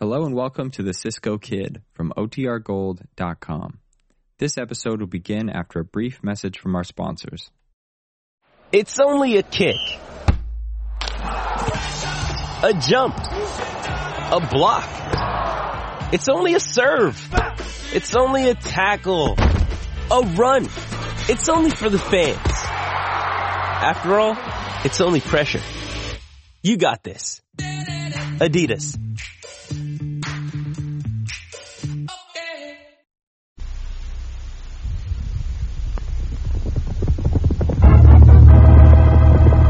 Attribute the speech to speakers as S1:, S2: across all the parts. S1: Hello and welcome to the Cisco Kid from OTRGold.com. This episode will begin after a brief message from our sponsors.
S2: It's only a kick, a jump, a block. It's only a serve. It's only a tackle, a run. It's only for the fans. After all, it's only pressure. You got this. Adidas.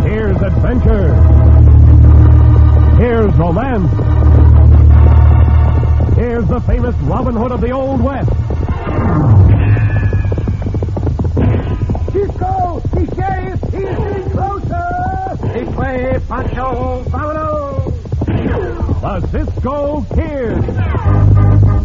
S3: Here's adventure. Here's romance. Here's the famous Robin Hood of the Old West. Cisco, the sheriff, he's getting closer. This way, Pancho, vámonos. The Cisco Kid.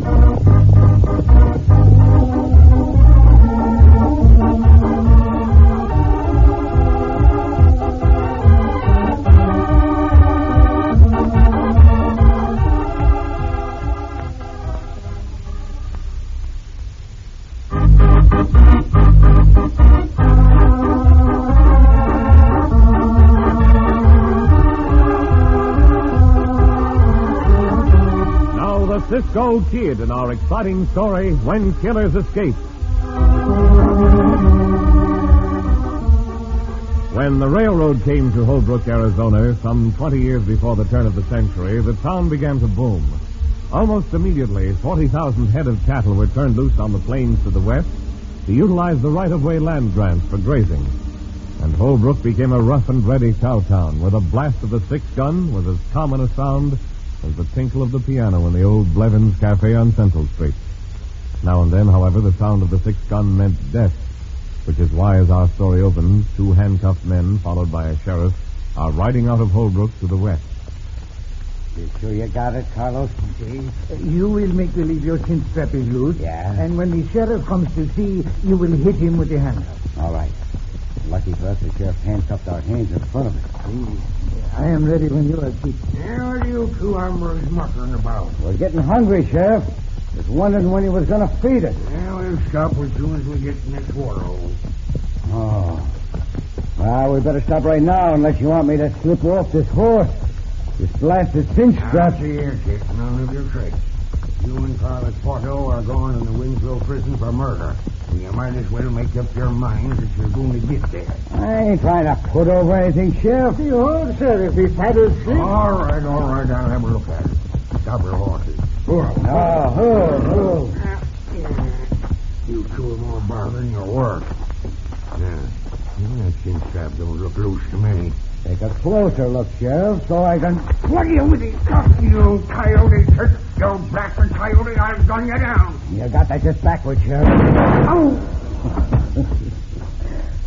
S3: Now the Cisco Kid in our exciting story, When Killers Escape. When the railroad came to Holbrook, Arizona, some 20 years before the turn of the century, the town began to boom. Almost immediately, 40,000 head of cattle were turned loose on the plains to the west to utilize the right-of-way land grants for grazing. And Holbrook became a rough and ready cow town where the blast of the six gun was as common a sound as the tinkle of the piano in the old Blevins Cafe on Central Street. Now and then, however, the sound of the six gun meant death, which is why, as our story opens, two handcuffed men, followed by a sheriff, are riding out of Holbrook to the west.
S4: You sure you got it, Carlos?
S5: You will make believe your chin strap is loose.
S4: Yeah.
S5: And when the sheriff comes to see, you will hit him with the handcuff.
S4: All right. Lucky for us, the sheriff handcuffed our hands in front of us.
S5: I am ready when you are, Chief.
S6: What are you two armors muttering about?
S4: We're getting hungry, Sheriff. Was wondering when he was going to feed us.
S6: Well, we'll stop as soon as we get in this water hole.
S4: Oh. Well, we better stop right now unless you want me to slip off this horse. This blasted cinch
S6: Now,
S4: strap.
S5: Ah.
S6: see here, Kit. None of your tricks. You and Carlos Porto are going in the Winslow prison for murder. And you might as well make up your minds that you're going to get there.
S4: I ain't trying to put over anything, Sheriff. Oh.
S5: The old sheriff is paddle
S6: All right, all right. I'll have a look at it. Stop your horses.
S4: Oh, oh, oh.
S6: You two are more bother than your work. Yeah. Yeah, that chin strap don't look loose to me.
S4: Take a closer look, Sheriff, so I can...
S6: What are you with these cuffs, you coyote? You backward coyote, I've gun you down.
S4: You got that just backward, Sheriff.
S6: Oh!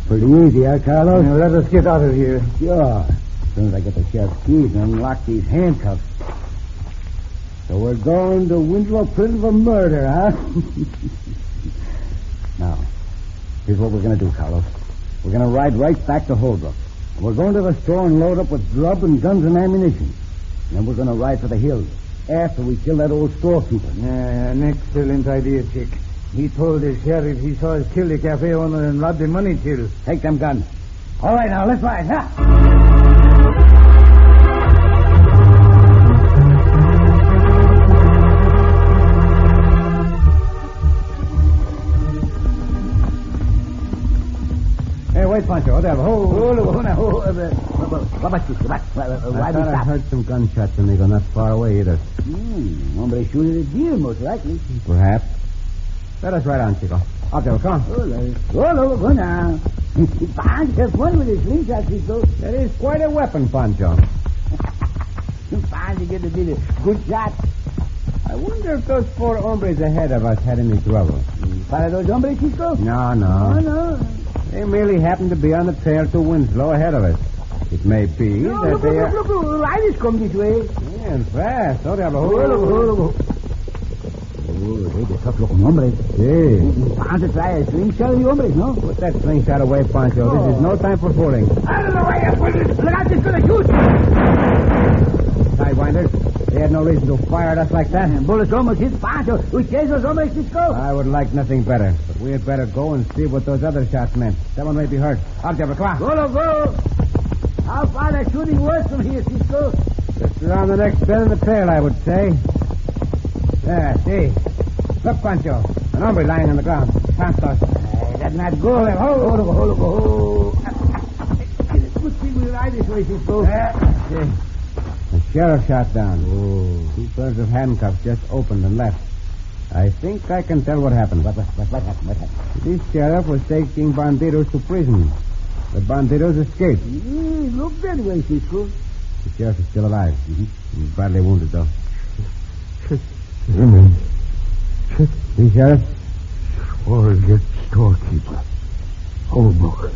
S4: Pretty easy, huh, Carlos?
S5: Now, let us get out of here.
S4: Sure. As soon as I get the sheriff's keys and unlock these handcuffs. So we're going to Winslow prison for murder, huh? now, here's what we're going to do, Carlos. We're going to ride right back to Holbrook. We're going to the store and load up with grub and guns and ammunition. And then we're going to ride for the hills after we kill that old storekeeper.
S5: Yeah, an excellent idea, Chick. He told the sheriff he saw us kill the cafe owner and rob the money till.
S4: Take them guns. All right, now, let's ride, huh? Hey, wait, Pancho. There, hold, hold, hold, hold. hold, What about you? What? Why we
S5: I
S4: stop?
S5: heard some gunshots and they go not far away either.
S4: Hmm, nobody shooting a deer, most likely.
S5: Perhaps. Let us ride on, Chico. Out there, come on.
S4: Roll over now. Pancho, one with his slingshot, Chico.
S5: That is quite a weapon, Pancho.
S4: Fine to get the deal. Good shot.
S5: I wonder if those four hombres ahead of us had any trouble.
S4: Para those hombres, Chico?
S5: No,
S4: No,
S5: no.
S4: no.
S5: They merely happened to be on the trail to Winslow ahead of us. It may be
S4: No,
S5: that
S4: look,
S5: they
S4: look,
S5: are.
S4: look, look, look. Irish come this way.
S5: Yeah, and fast. Oh, diablo.
S4: Oh, hey, the tough looking hombres.
S5: Hey.
S4: Bound to try a slingshot of the hombres, no?
S5: Put that slingshot away, Pancho. This is no time for fooling.
S4: Out of the way, Look out, he's gonna shoot.
S5: Sidewinder,
S4: They had no reason to fire at us like that.
S5: Bullets almost hit Pancho. We chase us almost hit go.
S4: I would like nothing better, but we had better go and see what those other shots meant. Someone may be hurt. Out there, Bacla.
S5: Golo, go. How far that shooting was from here, Cisco?
S4: Just around the next bend of the trail, I would say. There, see. Look, Pancho. An hombre lying on the ground. Santos.
S5: That's not go. Hold over, hold over, hold Good thing we ride this way, Cisco.
S4: The sheriff shot down. Two pairs of handcuffs just opened and left. I think I can tell what happened. What, what, what happened? What happened? This sheriff was taking bandidos to prison. The bandidos escaped.
S5: Mm, look that way, Cisco.
S4: The sheriff is still alive. Mm-hmm. He's badly wounded, though. See, Sheriff?
S6: Forget storekeeper. Holbrook.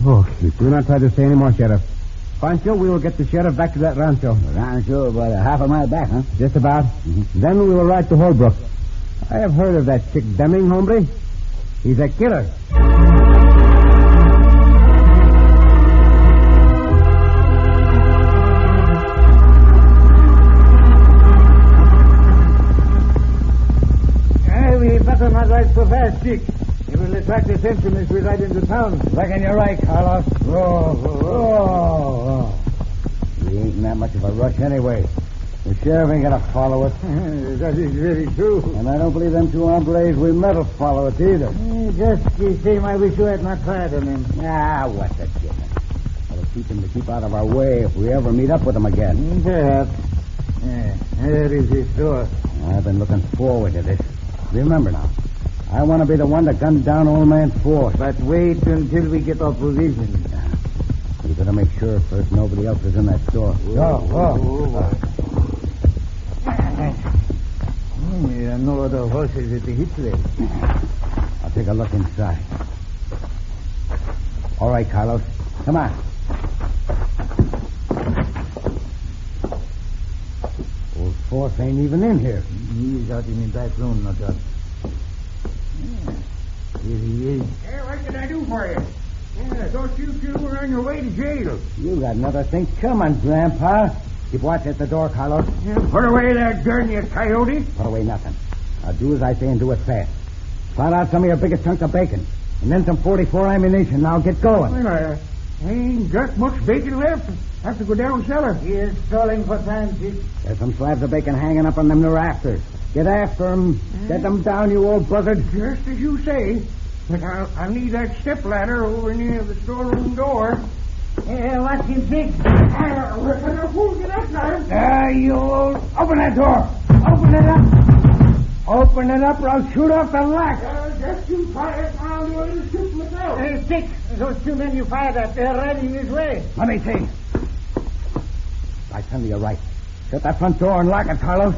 S6: Storekeeper.
S4: Do not try to say any more, Sheriff. Pancho, we will get the sheriff back to that rancho.
S5: Rancho about a half a mile back, huh?
S4: Just about. Then we will ride to Holbrook. I have heard of that chick Deming, hombre. He's a killer.
S5: Hey, we better not ride so fast, Dick. It will attract attention as we ride into town. Reckon you're right, Carlos. Oh, oh, oh.
S4: We ain't in that much of a rush anyway. The sheriff ain't gonna follow us.
S5: that is very true.
S4: And I don't believe them two hombres we met will follow us either.
S5: Mm, Just the same, I wish you had not fired on him.
S4: Ah, what's the difference? It'll teach them to keep out of our way if we ever meet up with them again.
S5: Mm, Perhaps. Yeah, there is his door.
S4: I've been looking forward to this. Remember now, I want to be the one to gun down old man Ford.
S5: But wait until we get our position.
S4: We better make sure first nobody else is in that store.
S5: Oh, oh. Hmm, There are no other horses at the hitch race.
S4: I'll take a look inside. All right, Carlos. Come on. Old Force ain't even in here.
S5: He is out in the back room, no doubt. Yeah, here he is.
S6: Hey, what can I do for you? Yeah, thought you two were on your way to jail.
S4: You got another thing coming, Grandpa. Keep watch at the door, Carlos.
S6: Put away that gun, you coyote.
S4: Put away nothing. Now do as I say and do it fast. Find out some of your biggest chunks of bacon. And then some 44 ammunition. Now get going.
S6: Well, I, I ain't got much bacon left. Have to go down cellar.
S5: He is stalling for time, Dick.
S4: There's some slabs of bacon hanging up on them rafters. Get after 'em. Get them down, you old buzzard.
S6: Just as you say. But I'll, I'll need that step ladder over near the storeroom door.
S5: Hey, watch him, Dick.
S6: Ah, who's in that time?
S5: Ah, you old... Open that door. Open it up. Open it up or I'll shoot off the lock.
S6: Uh, just you try it. I'll do it and shoot myself.
S5: Hey, Dick, those two men you fired at, they're riding this way.
S4: Let me see. I tell you, you're right. Shut that front door and lock it, Carlos.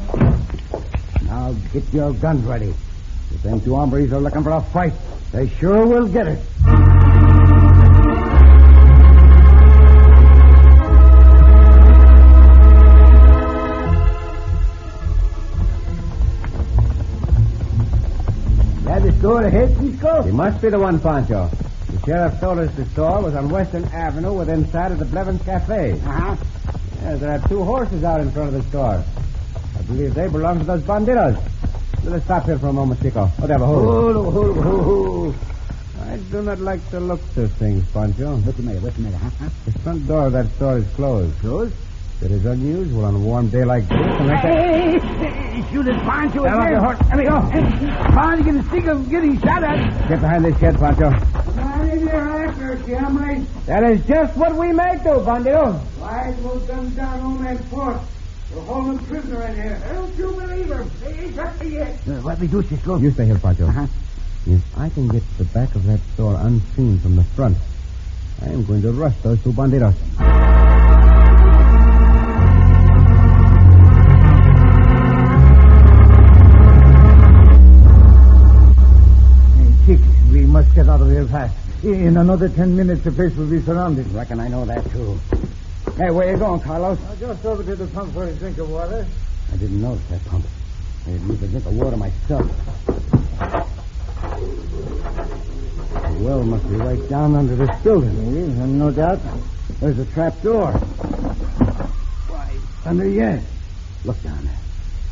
S4: Now get your guns ready. If them two hombres are looking for a fight, they sure will get it.
S5: That is door ahead, Cisco.
S4: He must be the one, Pancho. The sheriff told us the store was on Western Avenue within sight of the Blevins Cafe.
S5: Uh-huh.
S4: Yeah, there are two horses out in front of the store. I believe they belong to those bandidos. Let's stop here for a moment, Chico. Whatever, hold.
S5: Hold, hold, hold, hold.
S4: I do not like the look of things, Pancho. What's the matter? What's the matter, huh? The front door of that store is closed. Closed? It is unusual on a warm day like this. And like that...
S5: Hey, hey, shoot it, Pancho.
S4: Down off your horse. Let me go.
S5: Pancho can think of getting shot at.
S4: Get behind this shed, Pancho. That is just what we make, though, Bandito.
S6: Why will guns down on that fort? We'll hold him prisoner in here. Don't you believe him? They ain't up to yet.
S5: Uh, What we do, Cisco? Uh-huh.
S4: You stay here, Pancho. If I can get to the back of that store unseen from the front, I am going to rush those two banditos.
S5: Dick, we must get out of here fast. In another ten minutes, the place will be surrounded.
S4: Reckon I know that, too. Hey, where you going, Carlos?
S5: Now, just over to the pump for a drink of water.
S4: I didn't notice that pump. I didn't even drink a water myself. The well must be right down under this building.
S5: Yes, and no doubt.
S4: There's a trap door.
S5: Why,
S4: thunder, yes. Look down there.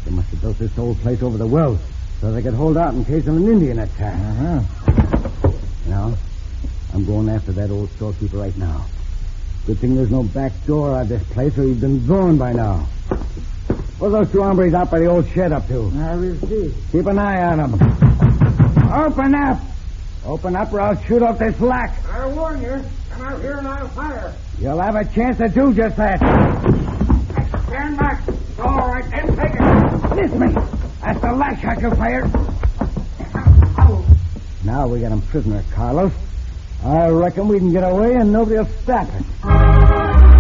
S4: They must have built this whole place over the wells so they could hold out in case of an Indian attack. Uh-huh. Now, I'm going after that old storekeeper right now. Good thing there's no back door out of this place or he'd been gone by now. What are those two hombres out by the old shed up to?
S5: I will see.
S4: Keep an eye on them. Open up! Open up or I'll shoot off this lock.
S5: I warn you. Come out here and I'll fire.
S4: You'll have a chance to do just that.
S5: Stand back. All right, then take it.
S4: Miss me. That's the last shot you fired. Now we got him prisoner, Carlos. I reckon we can get away and nobody'll stop us.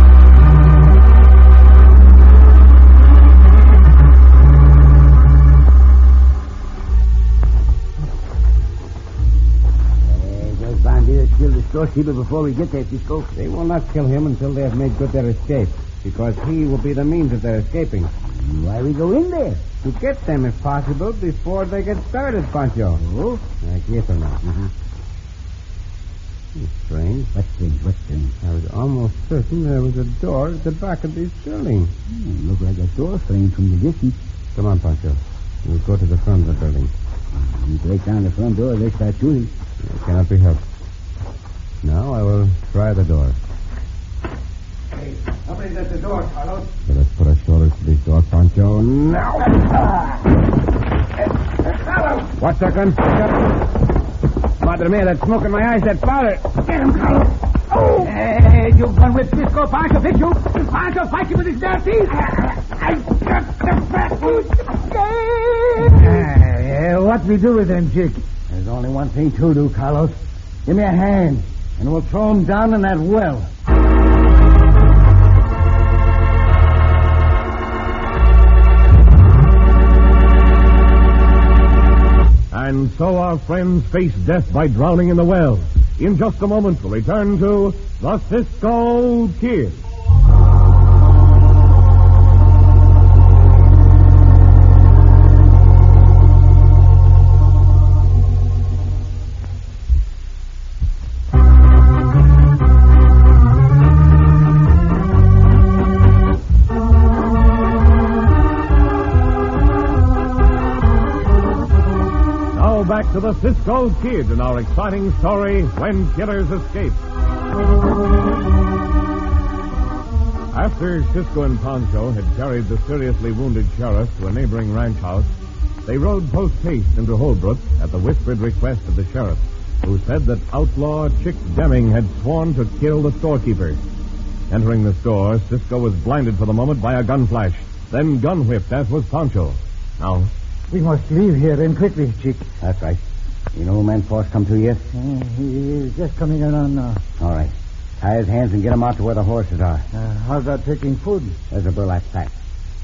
S4: Hey, those bandits killed the storekeeper before we get there, Cisco. They will not kill him until they have made good their escape, because he will be the means of their escaping. Why we go in there? To get them, if possible, before they get started, Pancho. Oh? I guess or not. Uh-huh. It's strange. What strange? What strange? I was almost certain there was a door at the back of this building. Hmm, looked like a door frame from the distance. Come on, Pancho. We'll go to the front of the building. You Ah, break down the front door, they start shooting. It cannot be helped. Now I will try the door.
S5: Somebody's at the door, Carlos.
S4: Let us put our shoulders to this door, Pancho. Now! What's that gun? Madre mia, that smoke in my eyes, that powder. Get him, Carlos. Oh! Hey, you gun with Cisco, Pancho, did you? Pancho, fight you with his bare teeth. I got the fat what we do with them, Chick? There's only one thing to do, Carlos. Give me a hand, and we'll throw him down in that well.
S3: And so our friends face death by drowning in the well. In just a moment, we'll return to the Cisco Kid. Now back to the Cisco Kid in our exciting story, When Killers Escape. After Cisco and Pancho had carried the seriously wounded sheriff to a neighboring ranch house, they rode post haste into Holbrook at the whispered request of the sheriff, who said that outlaw Chick Deming had sworn to kill the storekeeper. Entering the store, Cisco was blinded for the moment by a gun flash, then gun whipped, as was Pancho. Now,
S5: We must leave here and quickly, Chick.
S4: That's right. You know who Manforce come to yet?
S5: Uh, he is just coming around now.
S4: All right. Tie his hands and get him out to where the horses are.
S5: Uh, how about taking food?
S4: There's a burlap sack.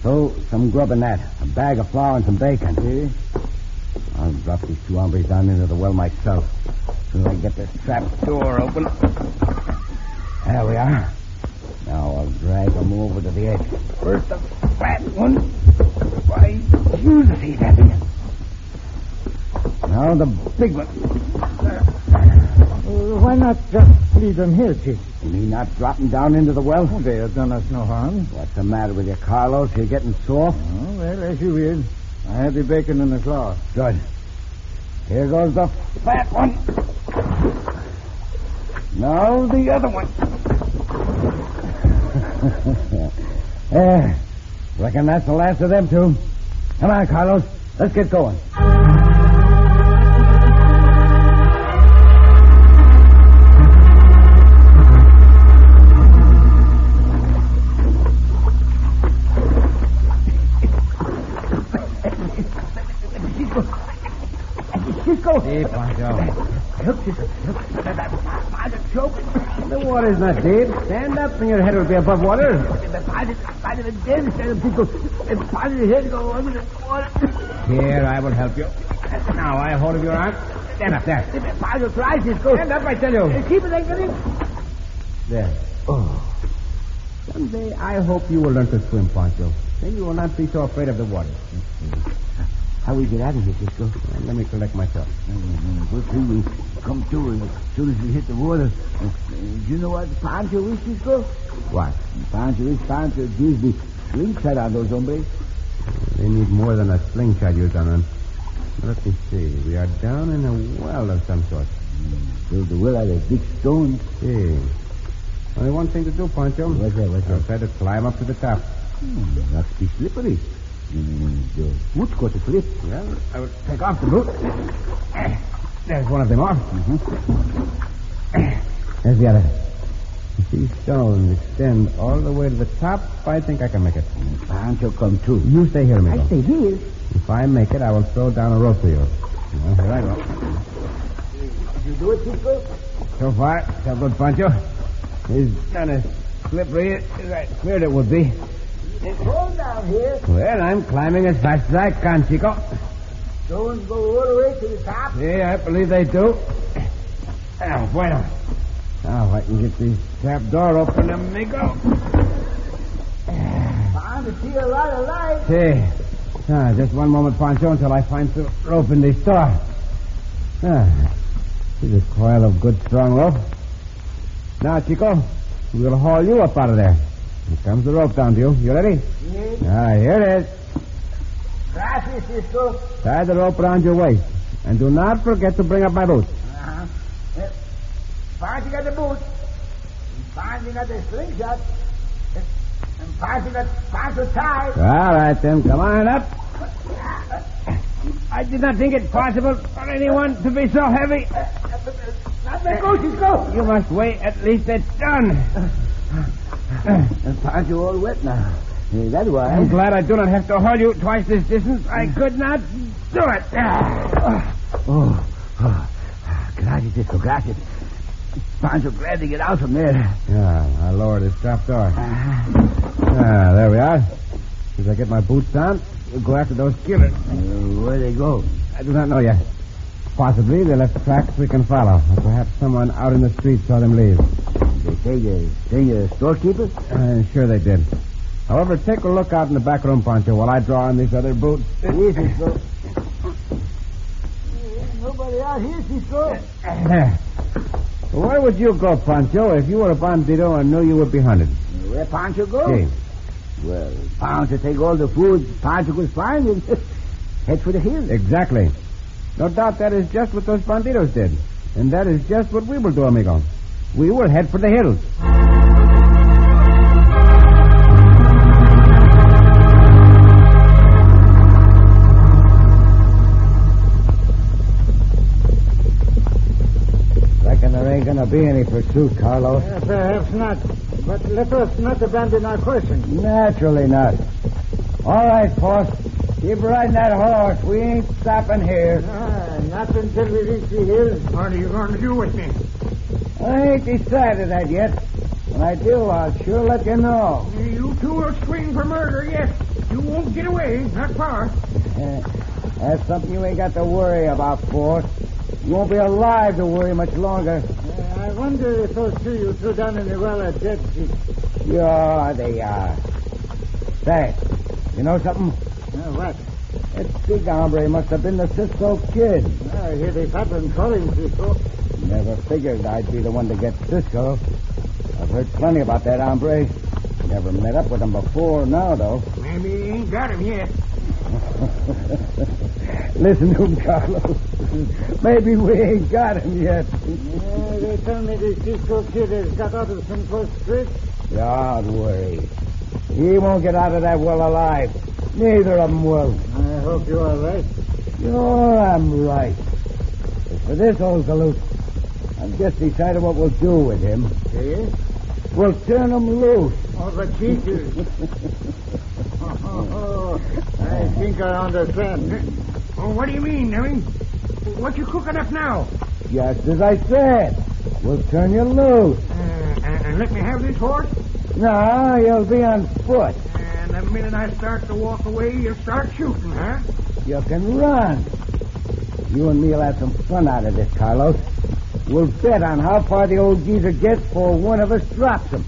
S4: So, some grub in that, a bag of flour and some bacon. I'll drop these two hombres down into the well myself. As soon as I get this trap door open. There we are. Now I'll drag them over to the edge. First the fat one. Why, you see that Now the big one.
S5: Uh, why not just leave them here, Chick?
S4: You mean not drop them down into the well?
S5: They have done us no harm.
S4: What's the matter with you, Carlos? You're getting soft?
S5: Oh, well, as you will. I have the bacon and the flour.
S4: Good. Here goes the fat one. Now the other one. Eh, reckon that's the last of them two. Come on, Carlos. Let's get going. Cisco. Hey, Pancho. Look, Cisco. Look. I'm choking. The water's not deep. Stand up and your head will be above water. Here, I will help you. Now, I hold of your arm. Stand up there. Stand up, I tell you. Keep it There. Oh. Someday, I hope you will learn to swim, Pancho. Then you will not be so afraid of the water. How we get out of here, Cisco? let me collect myself. We'll see. We come to as soon as we hit the water. uh, Do you know what Pancho is, Cisco? What? Pancho is Pancho. Gives me
S3: slingshot on those hombres.
S4: They need more than a slingshot used on them. Let me see. We are down in a well of some sort.
S3: Filled Hmm. the well out of big stones.
S4: See. Only one thing to do, Poncho.
S3: What's that? What's
S4: I'll
S3: that?
S4: try to climb up to the top.
S3: Hmm, must be slippery. Mm, the wood's got a slip.
S4: Well, I will take off the boot. There's one of them off.
S3: Mm-hmm.
S4: There's the other. If these stones extend all the way to the top, I think I can make it.
S3: Pancho come too.
S4: You stay here,
S7: I
S4: Miguel.
S7: say here.
S4: If I make it, I will throw down a rope to you. Well, here I go.
S3: You do it, Cisco?
S4: So far, so good, Pancho. It's not as slippery as I feared it would be.
S3: It's cold down here.
S4: Well, I'm climbing as fast as I can, Chico.
S3: Stones go all the way to the top.
S4: Yeah, I believe they do. Oh, bueno. Now I can get this trap door open, amigo.
S3: Bound to see a lot of light.
S4: See. Ah, just one moment, Pancho, until I find some rope in this door. Ah, here's a coil of good, strong rope. Now, Chico, we'll haul you up out of there. Here comes the rope down to you. You ready?
S3: Yes.
S4: Ah, here it is.
S3: Gracias, Cisco.
S4: Tie the rope around your waist. And do not forget to bring up my boots.
S3: Uh-huh. Uh, Pancho got the boot. Pancho got the slingshot. Uh, And Pancho got Pancho tied.
S4: All right, then. Come on up. I did not think it possible for anyone to be so heavy.
S3: Not let go, Cisco.
S4: You must weigh at least a ton.
S3: And Pancho all wet now. Yeah, That's why. Mm.
S4: I'm glad I do not have to haul you twice this distance. I could not do it. Ah.
S3: Oh, oh. gracias, Cisco, gracias. Pancho glad to get out from there.
S4: Yeah, I lowered his trap door.
S3: Ah,
S4: Ah, there we are. As I get my boots on, we'll go after those killers.
S3: uh, where they go?
S4: I do not know yet. Possibly they left tracks we can follow. Or perhaps someone out in the street saw them leave.
S3: They say they say you're a storekeeper?
S4: Uh, sure they did. However, take a look out in the back room, Pancho, while I draw on these other boots.
S3: Yes, Cisco. Nobody out here, Cisco.
S4: Where would you go, Pancho, if you were a bandito and knew you would be hunted?
S3: Where Pancho go?
S4: See,
S3: Well, Pancho take all the food Pancho could find and head for the hill.
S4: exactly. No doubt that is just what those banditos did. And that is just what we will do, amigo. We will head for the hills. Reckon there ain't gonna be any pursuit, Carlos.
S5: Uh, perhaps not. But let us not abandon our question.
S4: Naturally not. All right, boss. Keep riding that horse. We ain't stopping here.
S5: Ah, not until we reach the hills.
S4: What are you going to do with me? I ain't decided that yet. When I do, I'll sure let you know.
S5: You two will swing for murder, yes. You won't get away, not far.
S4: Eh, That's something you ain't got to worry about, boss. You won't be alive to worry much longer.
S5: I wonder if those two you threw down in the well are dead, Chief.
S4: Yeah, they are. Say, you know something?
S5: Uh, what?
S4: That big hombre must have been the Cisco kid.
S5: I hear the pattern calling, Cisco.
S4: Never figured I'd be the one to get Cisco. I've heard plenty about that hombre. Never met up with him before now, though.
S5: Maybe he ain't got him yet.
S4: Listen to him, Carlos. Maybe we ain't got him yet.
S5: Yeah, they tell me the Cisco kid has got out of some close street.
S4: Don't worry. He won't get out of that well alive. Neither of them will.
S5: I hope you are right.
S4: Sure, I'm right. As for this old galoot, I've just decided what we'll do with him.
S5: See?
S4: We'll turn him loose.
S5: Oh, but Jesus. oh, oh, oh. I think I understand. Oh, what do you mean, Nellie? What you cooking up now?
S4: Just as I said. We'll turn you loose.
S5: Uh, and let me have this horse?
S4: No, you'll be on foot.
S5: And the minute I start to walk away, you start shooting, huh?
S4: You can run. You and me'll have some fun out of this, Carlos. We'll bet on how far the old geezer gets before one of us drops him.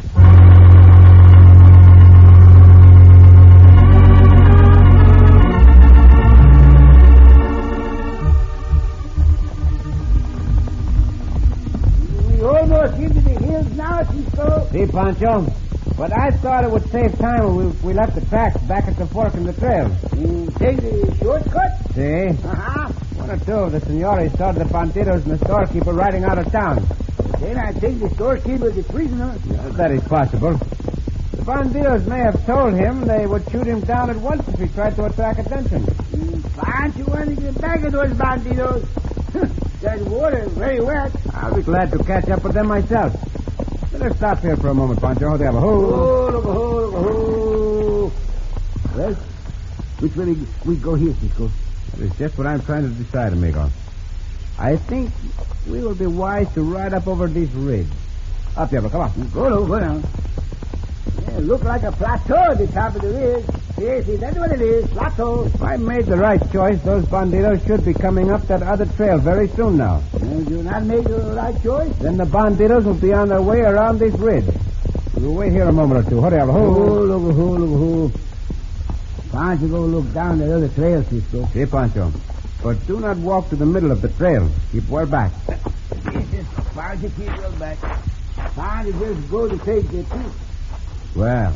S3: We almost into the hills now, Cisco.
S4: See, Pancho?
S3: But I thought it would save time if we left the tracks back at the fork in the trail.
S5: take the shortcut?
S3: See?
S5: Uh-huh.
S3: One or two of the senores saw the banditos and the storekeeper riding out of town.
S5: Then I take the storekeeper as a prisoner.
S3: That is possible. The banditos may have told him they would shoot him down at once if he tried to attract attention.
S5: Aren't Hmm, you want to get back at those banditos? that water is very wet.
S3: I'll be glad to catch up with them myself. Let us stop here for a moment, Pancho. They have a hole.
S5: Oh, look, oh, look, oh.
S4: Well, which way we go here, Cisco?
S3: It's just what I'm trying to decide, amigo. I think we will be wise to ride up over this ridge. Up, Diablo, come on.
S5: Go down, go down. Yeah, look like a plateau at the top of the ridge. Yes, yes, that's what it is, plateau.
S3: If I made the right choice, those banditos should be coming up that other trail very soon now.
S5: You do not make the right choice.
S3: Then the banditos will be on their way around this ridge. We'll wait here a moment or two. Hurry up.
S4: Oh,
S3: Ho.
S4: look, oh, look, oh. Why don't you go look down that other trail, Cisco?
S3: See, Pancho. But do not walk to the middle of the trail. Keep well back.
S5: Why don't you keep your back? Why don't you just go to take the truth?
S3: Well.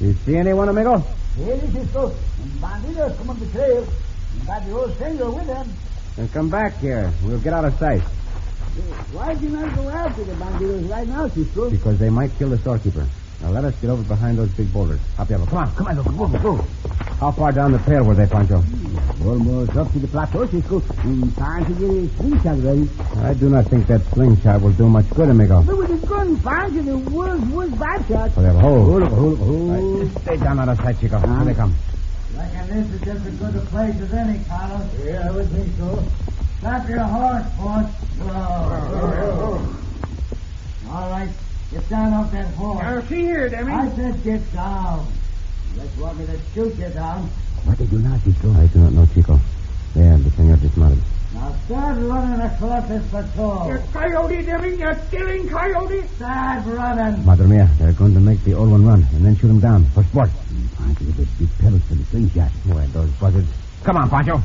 S3: You see anyone, amigo?
S5: Here it is, Cisco. And banditos come up the trail. You got the old stranger with them.
S3: Then come back here. We'll get out of sight.
S5: Why do you not go after the banditos right now, Cisco?
S3: Because they might kill the storekeeper. Now let us get over behind those big boulders. Up, Diablo. Come on. Come on, go, go, go. How far down the trail were they, Pancho?
S4: Almost up to the plateau, Cisco.
S5: Mm,
S4: And time to get a slingshot ready.
S3: I do not think that slingshot will do much good, amigo.
S5: But with a gun, find you the world's worst bobcat.
S3: Well, they have a hole.
S4: Hold up, hold up, hold up.
S3: Right. Stay down out of sight, Chico. Here they come.
S5: Reckon this is just as good a place as any, Carlos. Yeah, I would think so. Stop your horse, boss.
S4: Oh,
S5: All right, get down off that horse. Now, see here, Demi. I said get down. Let's want me to shoot you down.
S3: What did you know, Chico? I do not know, Chico. There, the senor dismounted.
S5: Now start running across this patrol. You're coyote, Demi. You're killing coyote. Start running.
S3: Madre mia, they're going to make the old one run and then shoot him down for sport.
S4: Time to get those big pebbles for the slingshot.
S3: Boy, those buzzards. Come on, Pancho.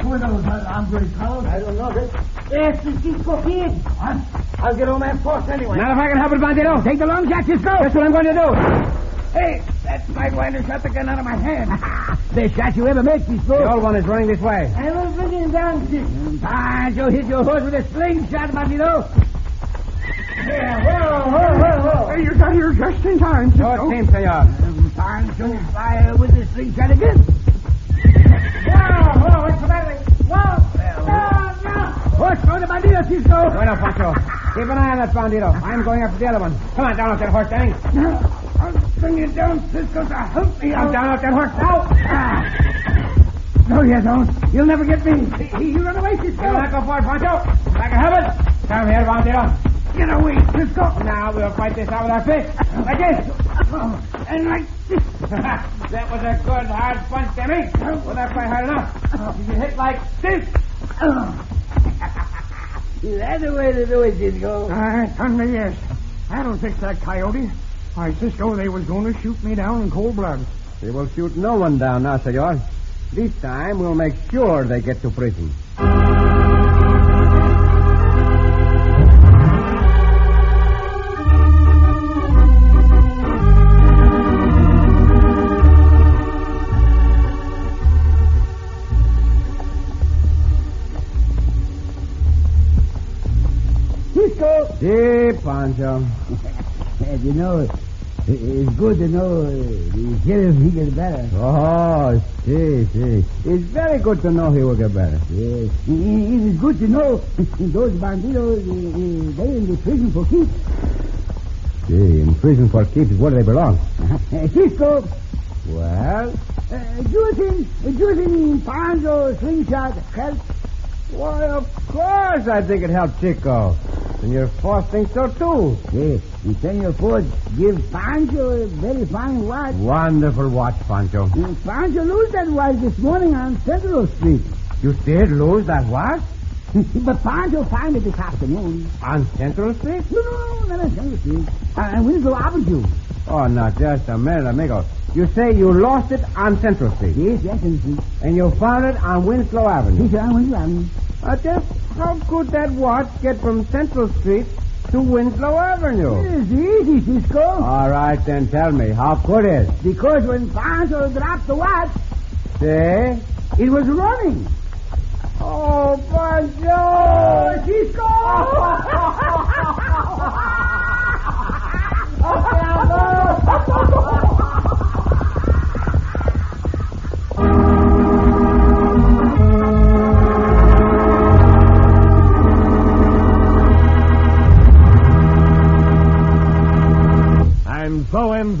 S5: Who are those
S4: uh,
S5: unarmed Carlos? I don't know. It's the Cisco Kid. What? I'll get on that horse anyway.
S3: Not if I can help it, Bandito. Take the long shot, Cisco. That's what I'm going to do.
S5: Hey, that sidewinder shot the gun out of my hand.
S4: The shot you ever make, Cisco.
S3: The old one is running this way.
S5: I was looking down, Cisco.
S4: Pancho hit your horse with a slingshot, Bandito.
S5: Yeah, whoa, whoa, whoa, whoa.
S3: You got here just in time, Cisco. No, it seems, senor.
S4: Pancho fire with the slingshot again.
S5: Whoa, whoa, what's the matter? Whoa. No, no.
S4: Horse throw the Bandito, Cisco.
S3: Bueno, Pancho. Keep an eye on that Bandito. I'm going after the other one. Come on, down off that horse, Danny.
S5: I'll bring you down, Cisco, to help me
S3: Come
S5: out.
S3: down off that horse.
S5: Out. Ah. No, you don't. You'll never get me. He- he- You run away,
S3: You will not
S5: Cisco.
S3: go forward, Pancho. Like a habit. Come here, Bandito.
S5: Get away, Cisco.
S3: Now we'll fight this out with our fists. Like this.
S5: Oh, and like this.
S3: that was a good hard punch, Demi. Well, that's quite hard enough. You hit like this.
S5: That's the way to do it, Cisco.
S3: Uh,
S8: I thunder yes. That'll fix that coyote. Why, Cisco, they was going to shoot me down in cold blood.
S3: They will shoot no one down now, senor. This time we'll make sure they get to prison.
S4: Cisco.
S3: See, Pancho.
S4: As you know, it- it's good to know uh, the sheriff, he gets better.
S3: Oh, see, see. It's very good to know he will get better.
S4: Yes, it it is good to know those bandidos, uh, uh, they in the prison for keeps.
S3: See, in prison for keeps is where they belong.
S4: Uh, Cisco,
S3: Well,
S4: uh, using, using Panzo slingshot help.
S3: why, of course I think it helped Chico. And your force thinks so, too.
S4: Yes, and Senor Ford give Pancho a very fine watch.
S3: Wonderful watch, Pancho.
S4: And Pancho lose that watch this morning on Federal Street.
S3: You did lose that watch?
S4: but Pancho find it this afternoon.
S3: On Central Street?
S4: No, no, no, no, no, no, no, I will go up with you.
S3: Oh, now, just a minute, amigo. You say you lost it on Central Street,
S4: Yes, yes, yes.
S3: and you found it on Winslow Avenue.
S4: Yes, I will run.
S3: Uh, just how could that watch get from Central Street
S9: to Winslow Avenue.
S4: It's easy, Cisco.
S9: All right, then tell me, how could it?
S4: Because when Pancho dropped the watch,
S9: See?
S4: it was running.
S9: Oh, my
S4: Oh, Cisco!
S3: And so ends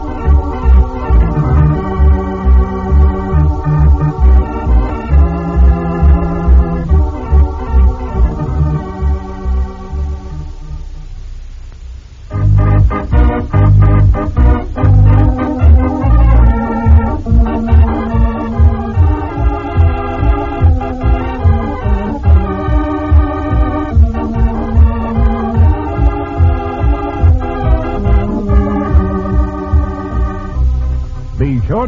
S3: Be sure